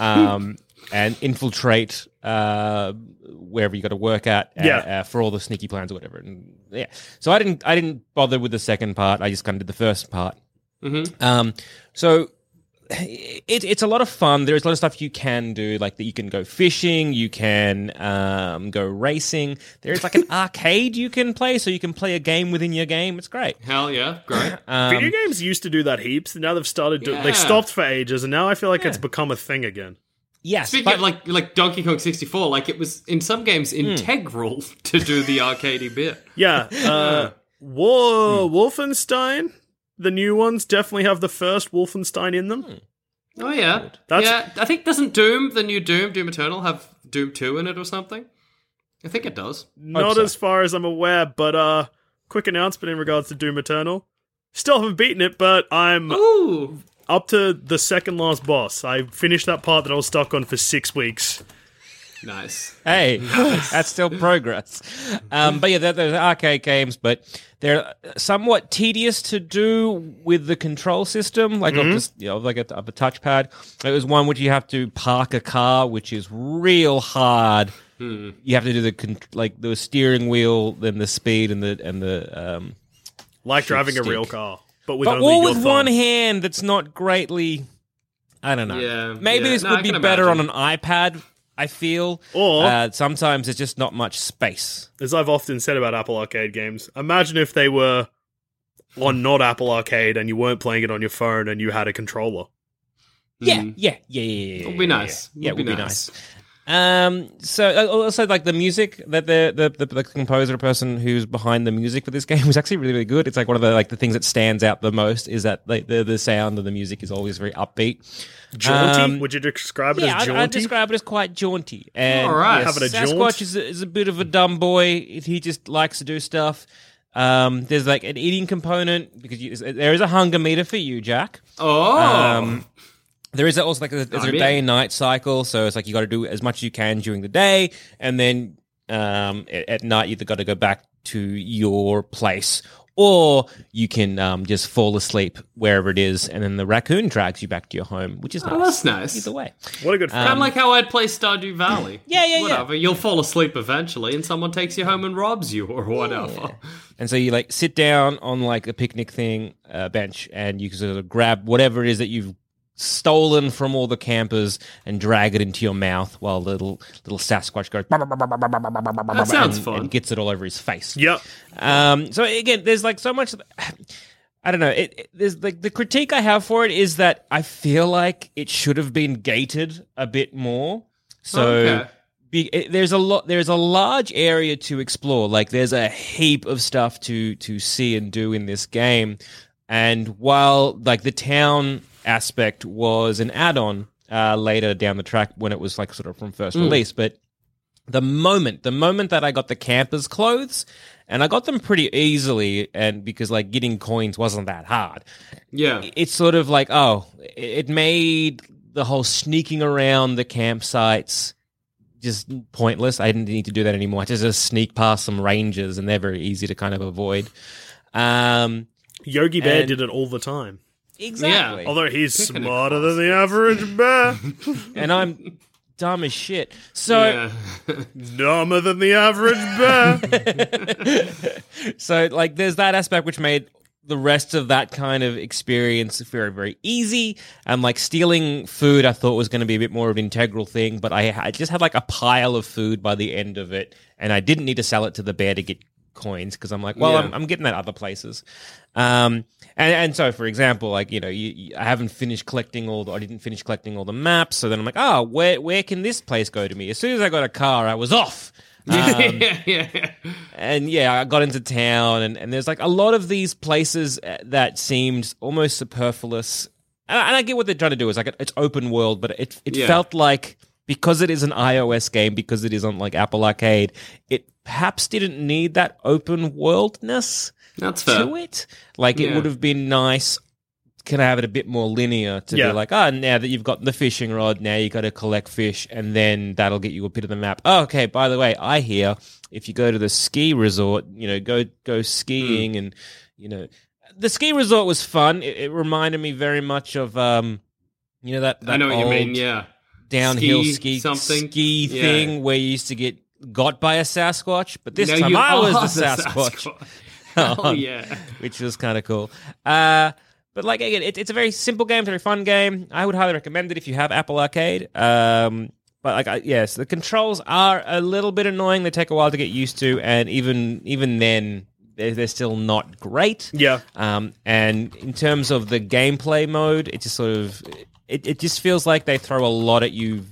S3: um, and infiltrate uh, wherever you got to work at uh,
S1: Yeah.
S3: uh, for all the sneaky plans or whatever. And, yeah, so I didn't I didn't bother with the second part. I just kind of did the first part.
S2: Mm-hmm.
S3: Um, so it, it's a lot of fun. There's a lot of stuff you can do, like that you can go fishing, you can um, go racing. There is like an arcade you can play, so you can play a game within your game. It's great.
S2: hell yeah, great.
S1: Video games used to do that heaps. and Now they've started. Do- They
S2: Yeah.
S1: stopped for ages, and now I feel like it's become a thing again.
S3: Yes,
S2: Speaking
S3: but-
S2: of like like Donkey Kong 64, like it was in some games
S3: Hmm.
S2: integral to do the arcadey bit.
S1: Yeah. Uh, War Wolfenstein. The new ones definitely have the first Wolfenstein in them.
S2: Oh yeah,
S1: That's-
S2: yeah. I think doesn't Doom the new Doom Doom Eternal have Doom Two in it or something? I think it does.
S1: Not as far as I'm aware, but uh, quick announcement in regards to Doom Eternal. Still haven't beaten it, but I'm
S2: Ooh,
S1: up to the second last boss. I finished that part that I was stuck on for six weeks.
S2: nice.
S3: Hey, that's still progress. Um, but yeah, there- there's arcade games, but they're somewhat tedious to do with the control system, like
S2: Mm-hmm.
S3: of just you know, like a, of a touchpad. It was one which you have to park a car, which is real hard.
S2: Hmm.
S3: You have to do the con- like the steering wheel, then the speed, and the and the um,
S1: Like driving
S3: stick.
S1: a real car, but with
S3: but
S1: only
S3: all
S1: your
S3: with one
S1: thumb.
S3: hand. That's not greatly. I don't know.
S2: Yeah,
S3: Maybe
S2: yeah.
S3: this
S2: No,
S3: would
S2: I
S3: be
S2: can
S3: better
S2: imagine.
S3: on an iPad. I feel,
S1: Or-
S3: uh, sometimes there's just not much space.
S1: As I've often said about Apple Arcade games, imagine if they were on not Apple Arcade and you weren't playing it on your phone and you had a controller.
S3: Yeah, yeah, yeah, yeah, yeah. yeah,
S2: It'll be
S3: yeah,
S2: nice.
S3: Yeah, yeah it
S2: It'll
S3: Mm. would be nice. Um, so uh, also like the music that the the, the the composer person who's behind the music for this game is actually really really good. It's like one of the like the things that stands out the most is that like the the sound of the music is always very upbeat.
S1: Jaunty?
S3: Um,
S1: Would you describe it
S3: yeah,
S1: as
S3: I'd,
S1: jaunty?
S3: I'd describe it as quite jaunty. And
S2: All right.
S3: yes,
S1: Having a jaunt.
S3: Sasquatch is a, is a bit of a dumb boy. He just likes to do stuff. Um, there's like an eating component because you, there is a hunger meter for you, Jack. Um,
S2: Oh,
S3: There is also like a, there's a
S2: I'm in.
S3: day and night cycle, so it's like you got to do as much as you can during the day, and then um, at, at night you got to go back to your place, or you can um, just fall asleep wherever it is, and then the raccoon drags you back to your home, which is nice.
S2: oh, that's nice.
S3: Either way,
S1: what a good
S2: Kind
S3: Um,
S1: friend.
S2: of like how I'd play Stardew Valley.
S3: Yeah, yeah, yeah.
S2: Whatever. You'll fall asleep eventually, and someone takes you home and robs you, or whatever.
S3: and so you like sit down on like a picnic thing uh, bench, and you can sort of grab whatever it is that you've stolen from all the campers and drag it into your mouth while little little Sasquatch goes.
S2: That sounds
S3: and,
S2: fun.
S3: and gets it all over his face.
S1: yep.
S3: Um, so again, there's like so much. I don't know. It, it- there's like the critique I have for it is that I feel like it should have been gated a bit more. So
S2: Okay.
S3: be, it, there's a lot. There's a large area to explore. Like there's a heap of stuff to to see and do in this game. And while like the town aspect was an add-on uh, later down the track when it was like sort of from first release, but the moment the moment that I got the campers clothes and I got them pretty easily and because like getting coins wasn't that hard.
S2: Yeah.
S3: It's sort of like oh, it it made the whole sneaking around the campsites just pointless. I didn't need to do that anymore. I just, just sneak past some rangers and they're very easy to kind of avoid. Um
S1: Yogi Bear
S3: And-
S1: did it all the time.
S3: exactly.
S1: Although he's smarter than the average bear.
S3: and I'm dumb as shit. So
S2: Yeah.
S1: Dumber than the average bear.
S3: So like there's that aspect which made the rest of that kind of experience very very easy. And like stealing food I thought was going to be a bit more of an integral thing, but I, I just had like a pile of food by the end of it and I didn't need to sell it to the bear to get coins because I'm like, well,
S2: Yeah.
S3: I'm, I'm getting that other places. Um, and, and so, for example, like, you know, you, you, I haven't finished collecting all the, I didn't finish collecting all the maps. So then I'm like, oh, where, where can this place go to me? As soon as I got a car, I was off. Um,
S2: yeah, yeah, yeah.
S3: and yeah, I got into town, and, and there's like a lot of these places uh, that seemed almost superfluous. And I, and I get what they're trying to do is like it- it's open world, but it it
S2: Yeah.
S3: felt like because it is an iOS game, because it is on like Apple Arcade, it perhaps didn't need that open worldness
S2: That's fair.
S3: to it. Like it
S2: Yeah.
S3: would have been nice. Can I have it a bit more linear to
S1: Yeah.
S3: be like, oh, now that you've got the fishing rod, now you got to collect fish, and then that'll get you a bit of the map. Oh, okay, by the way, I hear if you go to the ski resort, you know, go go skiing,
S2: Mm.
S3: and you know, the ski resort was fun. It, it reminded me very much of, um, you know, that, that
S2: I know what you
S3: old
S2: mean. Yeah.
S3: downhill
S2: Ski
S3: ski
S2: something.
S3: ski
S2: Yeah.
S3: thing where you used to get got by a Sasquatch, but this
S2: Now
S3: time
S2: you
S3: I
S2: are
S3: was the
S2: the
S3: Sasquatch.
S2: Sasquatch. Hell yeah.
S3: Um, which was kind of cool. Uh, but like again, it, it's a very simple game, it's a very fun game. I would highly recommend it if you have Apple Arcade. Um, but like, I, yes, the controls are a little bit annoying. They take a while to get used to, and even even then, they're, they're still not great.
S1: Yeah.
S3: Um, and in terms of the gameplay mode, it just sort of it, it just feels like they throw a lot at you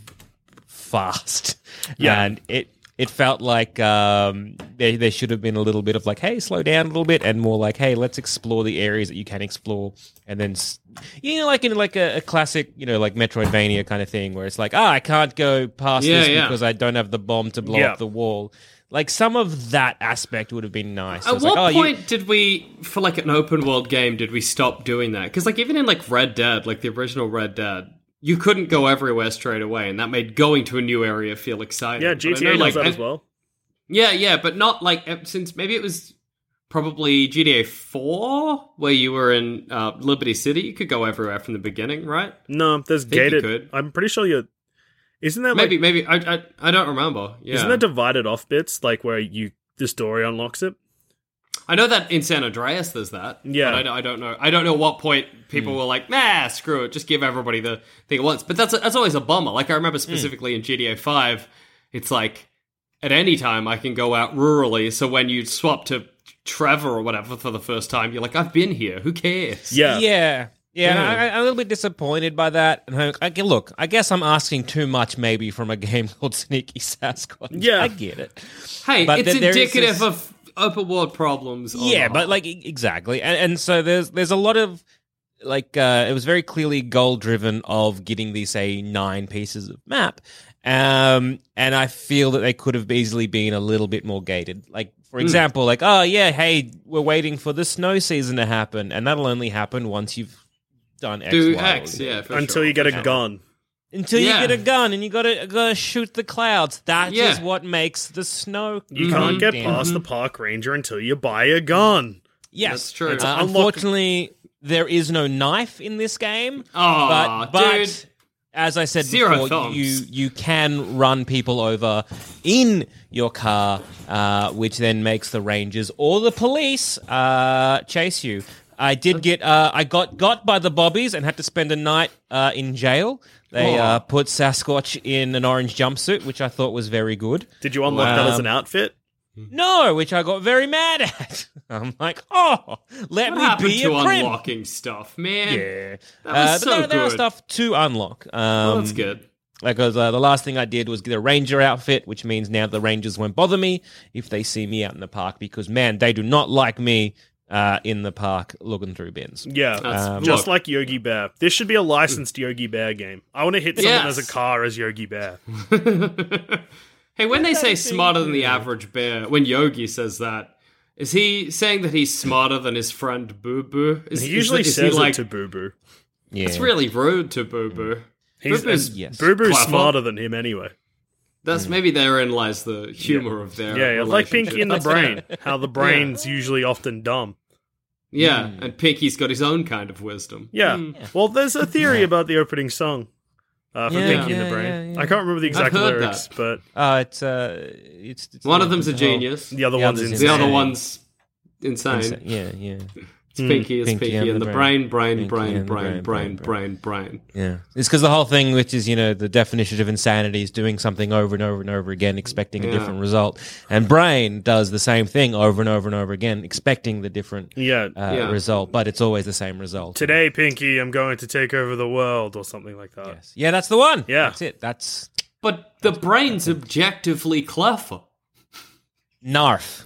S3: fast.
S1: Yeah.
S3: And it it felt like um, there, there should have been a little bit of like, hey, slow down a little bit, and more like, hey, let's explore the areas that you can explore, and then s- you know, like in like a, a classic, you know, like Metroidvania kind of thing, where it's like, ah, I can't go past
S2: Yeah,
S3: this
S2: yeah.
S3: because I don't have the bomb to blow
S1: Yeah.
S3: up the wall. Like some of that aspect would have been nice.
S2: At
S3: It's like,
S2: what
S3: oh, you-
S2: point did we, for like an open world game, did we stop doing that? Because like even in like Red Dead, like the original Red Dead, you couldn't go everywhere straight away, and that made going to a new area feel exciting.
S1: Yeah,
S2: But I know,
S1: GTA
S2: like,
S1: does that as
S2: and-
S1: well.
S2: Yeah, yeah, but not like eh, since maybe it was probably GTA Four where you were in uh, Liberty City. You could go everywhere from the beginning, right?
S1: No, there's
S2: think you
S1: gated.
S2: could.
S1: I'm pretty sure you're. Isn't that
S2: Maybe,
S1: like?
S2: maybe I, I I don't remember. Yeah,
S1: Isn't that divided off bits like where you the story unlocks it?
S2: I know that in San Andreas there's that.
S1: Yeah.
S2: but I, don't- I don't know. I don't know what point
S3: Hmm.
S2: people were like, nah, screw it, just give everybody the thing at once. But that's that's always a bummer. Like I
S3: Hmm.
S2: remember specifically in GTA Five, it's like at any time I can go out rurally. So when you swap to Trevor or whatever for the first time, you're like, I've been here. Who cares?
S1: Yeah. Mm.
S3: Yeah. Yeah, and
S2: Yeah.
S3: I, I'm a little bit disappointed by that. And I, I, get- look, I guess I'm asking too much, maybe, from a game called Sneaky Sasquatch.
S1: Yeah.
S3: I get it.
S2: Hey,
S3: But
S2: it's
S3: th- there is
S2: indicative
S3: this-
S2: of open world problems.
S1: Oh,
S2: on
S3: yeah,
S2: the
S3: but
S2: whole.
S3: like e- exactly, and, and so there's there's a lot of like uh, it was very clearly goal driven of getting these say nine pieces of map, um, and I feel that they could have easily been a little bit more gated. Like for
S1: Hmm.
S3: example, like oh yeah, hey, we're waiting for the snow season to happen, and that'll only happen once you've done X,
S2: do
S3: Y, or
S2: X,
S3: Z.
S2: yeah, for
S1: Until
S2: sure. Mm-hmm.
S1: you get a gun.
S3: until
S2: Yeah.
S3: you get a gun and you gotta gotta shoot the clouds. That is
S2: Yeah. Mm-hmm.
S3: what makes the snow.
S1: You can't get
S3: countdown.
S1: past the park ranger until you buy a gun.
S3: Yes,
S2: That's true.
S3: Uh,
S1: unlock-
S3: unfortunately, there is no knife in this game.
S2: Aw,
S3: but, but
S2: dude.
S3: as I said
S2: Zero
S3: before,
S2: thumbs.
S3: you you can run people over in your car, uh, which then makes the rangers or the police uh, chase you. I did get uh, I got got by the bobbies and had to spend a night uh, in jail. They
S2: Aw.
S3: uh, put Sasquatch in an orange jumpsuit, which I thought was very good.
S1: Did you unlock that as an outfit?
S3: No, which I got very mad at. I'm like, oh, let
S2: What
S3: me
S2: happened
S3: be a
S2: to
S3: crimp.
S2: unlocking stuff, man?
S3: Yeah,
S2: That was
S3: Uh, but there,
S2: so
S3: there are
S2: good.
S3: stuff to unlock. Um,
S2: Well, that's good.
S3: Because uh, the last thing I did was get a ranger outfit, which means now the rangers won't bother me if they see me out in the park. Because man, they do not like me uh, in the park looking through bins.
S1: Yeah.
S2: That's- Um,
S1: just
S2: look.
S1: like Yogi Bear. This should be a licensed Yogi Bear game. I want to hit someone
S2: Yes.
S1: as a car as Yogi Bear.
S2: Hey, when they say smarter than the average bear, when Yogi says that, is he saying that he's smarter than his friend Boo Boo? Is
S1: He usually
S2: is, is
S1: says
S2: he like,
S1: it to Boo Boo.
S3: Yeah.
S2: It's really rude to Boo Boo.
S1: He's
S2: Boo-Boo's-
S1: and
S3: yes.
S1: Boo Boo's
S2: Clever.
S1: smarter than him anyway.
S3: Mm.
S2: That's maybe therein lies the humor of their
S1: Yeah, yeah, like
S2: relationship.
S1: Pinky in the Brain. How the brain's usually often dumb.
S2: Yeah,
S3: Mm.
S2: and Pinky's got his own kind of wisdom.
S1: Yeah.
S3: Hmm.
S1: Well, there's a theory about the opening song uh, for
S3: Yeah,
S1: Pinky in
S3: yeah,
S1: the Brain.
S3: yeah, yeah.
S1: I can't remember the exact
S2: heard
S1: lyrics,
S2: that.
S1: but
S3: Uh, it's, uh, it's, it's
S2: One of them's a
S3: oh.
S2: genius.
S1: the other
S3: The
S1: one's
S3: other's
S1: insane.
S2: The other
S3: Insane.
S2: one's insane.
S3: Insa- Yeah, yeah,
S2: It's
S1: Mm.
S2: Pinky, it's
S3: Pinky
S2: Pinky,
S3: and
S2: and
S3: the
S2: the brain, brain,
S3: Brain. Pinky
S2: brain,
S3: and the
S2: brain,
S3: Brain,
S2: brain, brain, brain.
S3: yeah. It's because the whole thing, which is you know the definition of insanity, is doing something over and over and over again, expecting a
S2: Yeah.
S3: different result, and brain does the same thing over and over and over again, expecting the different
S1: Yeah.
S3: uh,
S2: Yeah.
S3: result, but it's always the same result.
S1: Today, Pinky, I'm going to take over the world or something like that.
S3: Yes. Yeah, that's the one.
S1: Yeah.
S3: that's it. That's
S2: But the brain's objectively clever.
S3: Narf.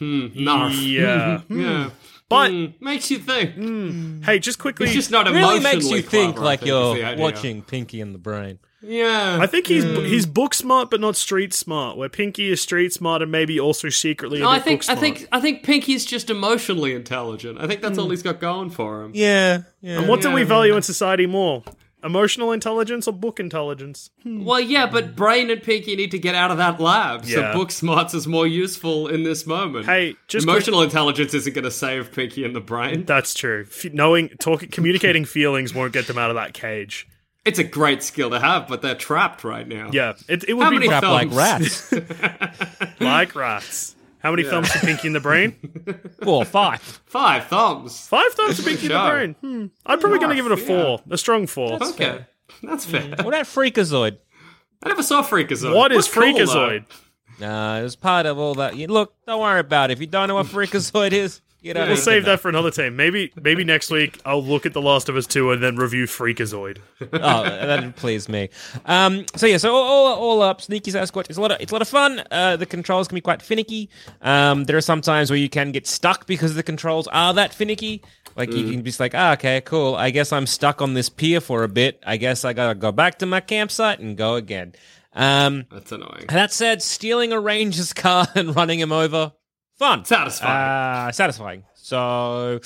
S2: Hmm, narf.
S1: Yeah.
S3: Mm.
S2: Yeah.
S1: But-
S2: Hmm, makes you think.
S1: Hey, just quickly.
S2: It's just not
S3: It
S2: emotionally
S3: really makes you think
S2: clever, I
S3: like
S2: think, is the
S3: you're
S2: idea.
S3: watching Pinky and the Brain.
S2: Yeah.
S1: I think he's he's book smart, but not street smart. Where Pinky is street smart and maybe also secretly. a
S2: No, I
S1: bit book
S2: think I
S1: smart.
S2: think I think Pinky's just emotionally intelligent. I think that's all he's got going for him.
S3: Mm. Yeah, yeah.
S1: And what do
S2: Yeah,
S1: we
S2: yeah.
S1: value in society more? Emotional intelligence or book intelligence?
S2: Well, yeah, but Brain and Pinky need to get out of that lab.
S1: Yeah.
S2: So book smarts is more useful in this moment.
S1: Hey, just
S2: emotional intelligence isn't going to save Pinky and the Brain.
S1: That's true. F- knowing, talking, communicating feelings won't get them out of that cage.
S2: It's a great skill to have, but they're trapped right now.
S1: Yeah, it, it would
S2: How
S1: be
S2: many
S3: Crap like
S2: thumbs.
S3: rats.
S1: like rats. How many thumbs to Pinky in the Brain?
S3: Four, five.
S2: Five thumbs.
S1: Five thumbs to Pinky in the
S2: Sure.
S1: Brain. Hmm. I'm probably going to give it a four, a strong four.
S2: okay, that's fair.
S3: What about Freakazoid?
S2: I never saw Freakazoid.
S1: What is
S2: What's cool, though?
S1: Freakazoid?
S3: Nah, it was part of all that. You, look, don't worry about it. If you don't know what Freakazoid is, you don't.
S1: We'll
S3: need to
S1: save
S3: know.
S1: that for another time. Maybe, maybe next week I'll look at The Last of Us Two and then review Freakazoid.
S3: oh, that'd please me. Um, so yeah, so all, all, all up, sneaky Sasquatch. It's a lot of it's a lot of fun. Uh, the controls can be quite finicky. Um, there are some times where you can get stuck because the controls are that finicky. Like you can just like, ah, okay, cool. I guess I'm stuck on this pier for a bit. I guess I gotta go back to my campsite and go again. Um,
S2: That's annoying.
S3: and that said, stealing a ranger's car and running him over, fun.
S2: Satisfying.
S3: Uh, satisfying. So,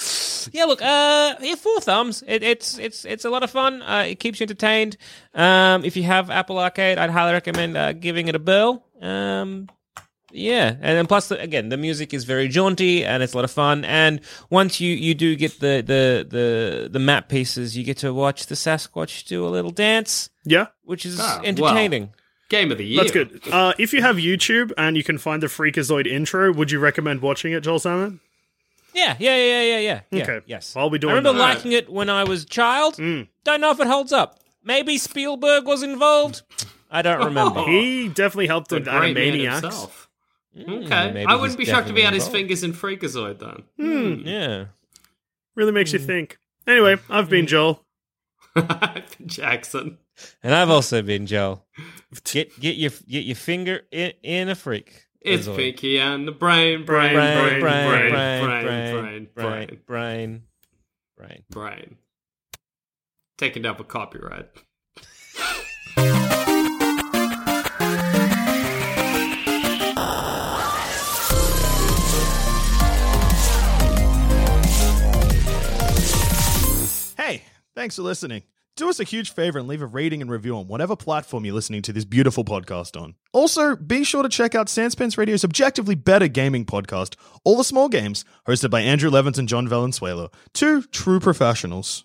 S3: yeah, look, uh, yeah, four thumbs. It, it's it's it's a lot of fun. Uh, it keeps you entertained. Um, if you have Apple Arcade, I'd highly recommend uh, giving it a burl. Um, yeah, and then plus the, again, the music is very jaunty and it's a lot of fun. And once you you do get the the the the map pieces, you get to watch the Sasquatch do a little dance,
S1: Yeah,
S3: which is
S2: Ah, well.
S3: entertaining.
S2: Game of the year.
S1: that's good. Uh, if you have YouTube and you can find the Freakazoid intro, would you recommend watching it, Joel Salmon?
S3: Yeah, yeah, yeah, yeah, yeah. yeah
S1: Okay.
S3: Yes.
S1: I'll be doing
S3: I remember
S1: that.
S3: liking it when I was a child. Don't know if it holds up. Maybe Spielberg was involved. I don't remember.
S1: He definitely helped with
S2: The Oh, great man
S1: Animaniacs.
S2: himself. Okay,
S3: Mm, maybe
S2: I
S3: he's
S2: wouldn't be shocked if he had his
S3: definitely
S2: fingers in Freakazoid then.
S3: yeah.
S1: Really makes
S2: Hmm.
S1: you think. Anyway, I've been Joel.
S2: Jackson.
S3: And I've also been Joel. Get get your get your finger in, in a freak.
S2: It's
S3: Zoid.
S2: Pinky and the brain, brain,
S1: Brain,
S2: brain,
S3: Brain, brain, brain,
S2: brain,
S3: brain,
S2: brain, brain,
S3: brain,
S2: brain,
S3: brain, brain.
S2: brain. Taken down for copyright.
S4: Hey, thanks for listening. Do us a huge favor and leave a rating and review on whatever platform you're listening to this beautiful podcast on. Also, be sure to check out Sanspence Radio's objectively better gaming podcast, All the Small Games, hosted by Andrew Levins and John Valenzuela, two true professionals.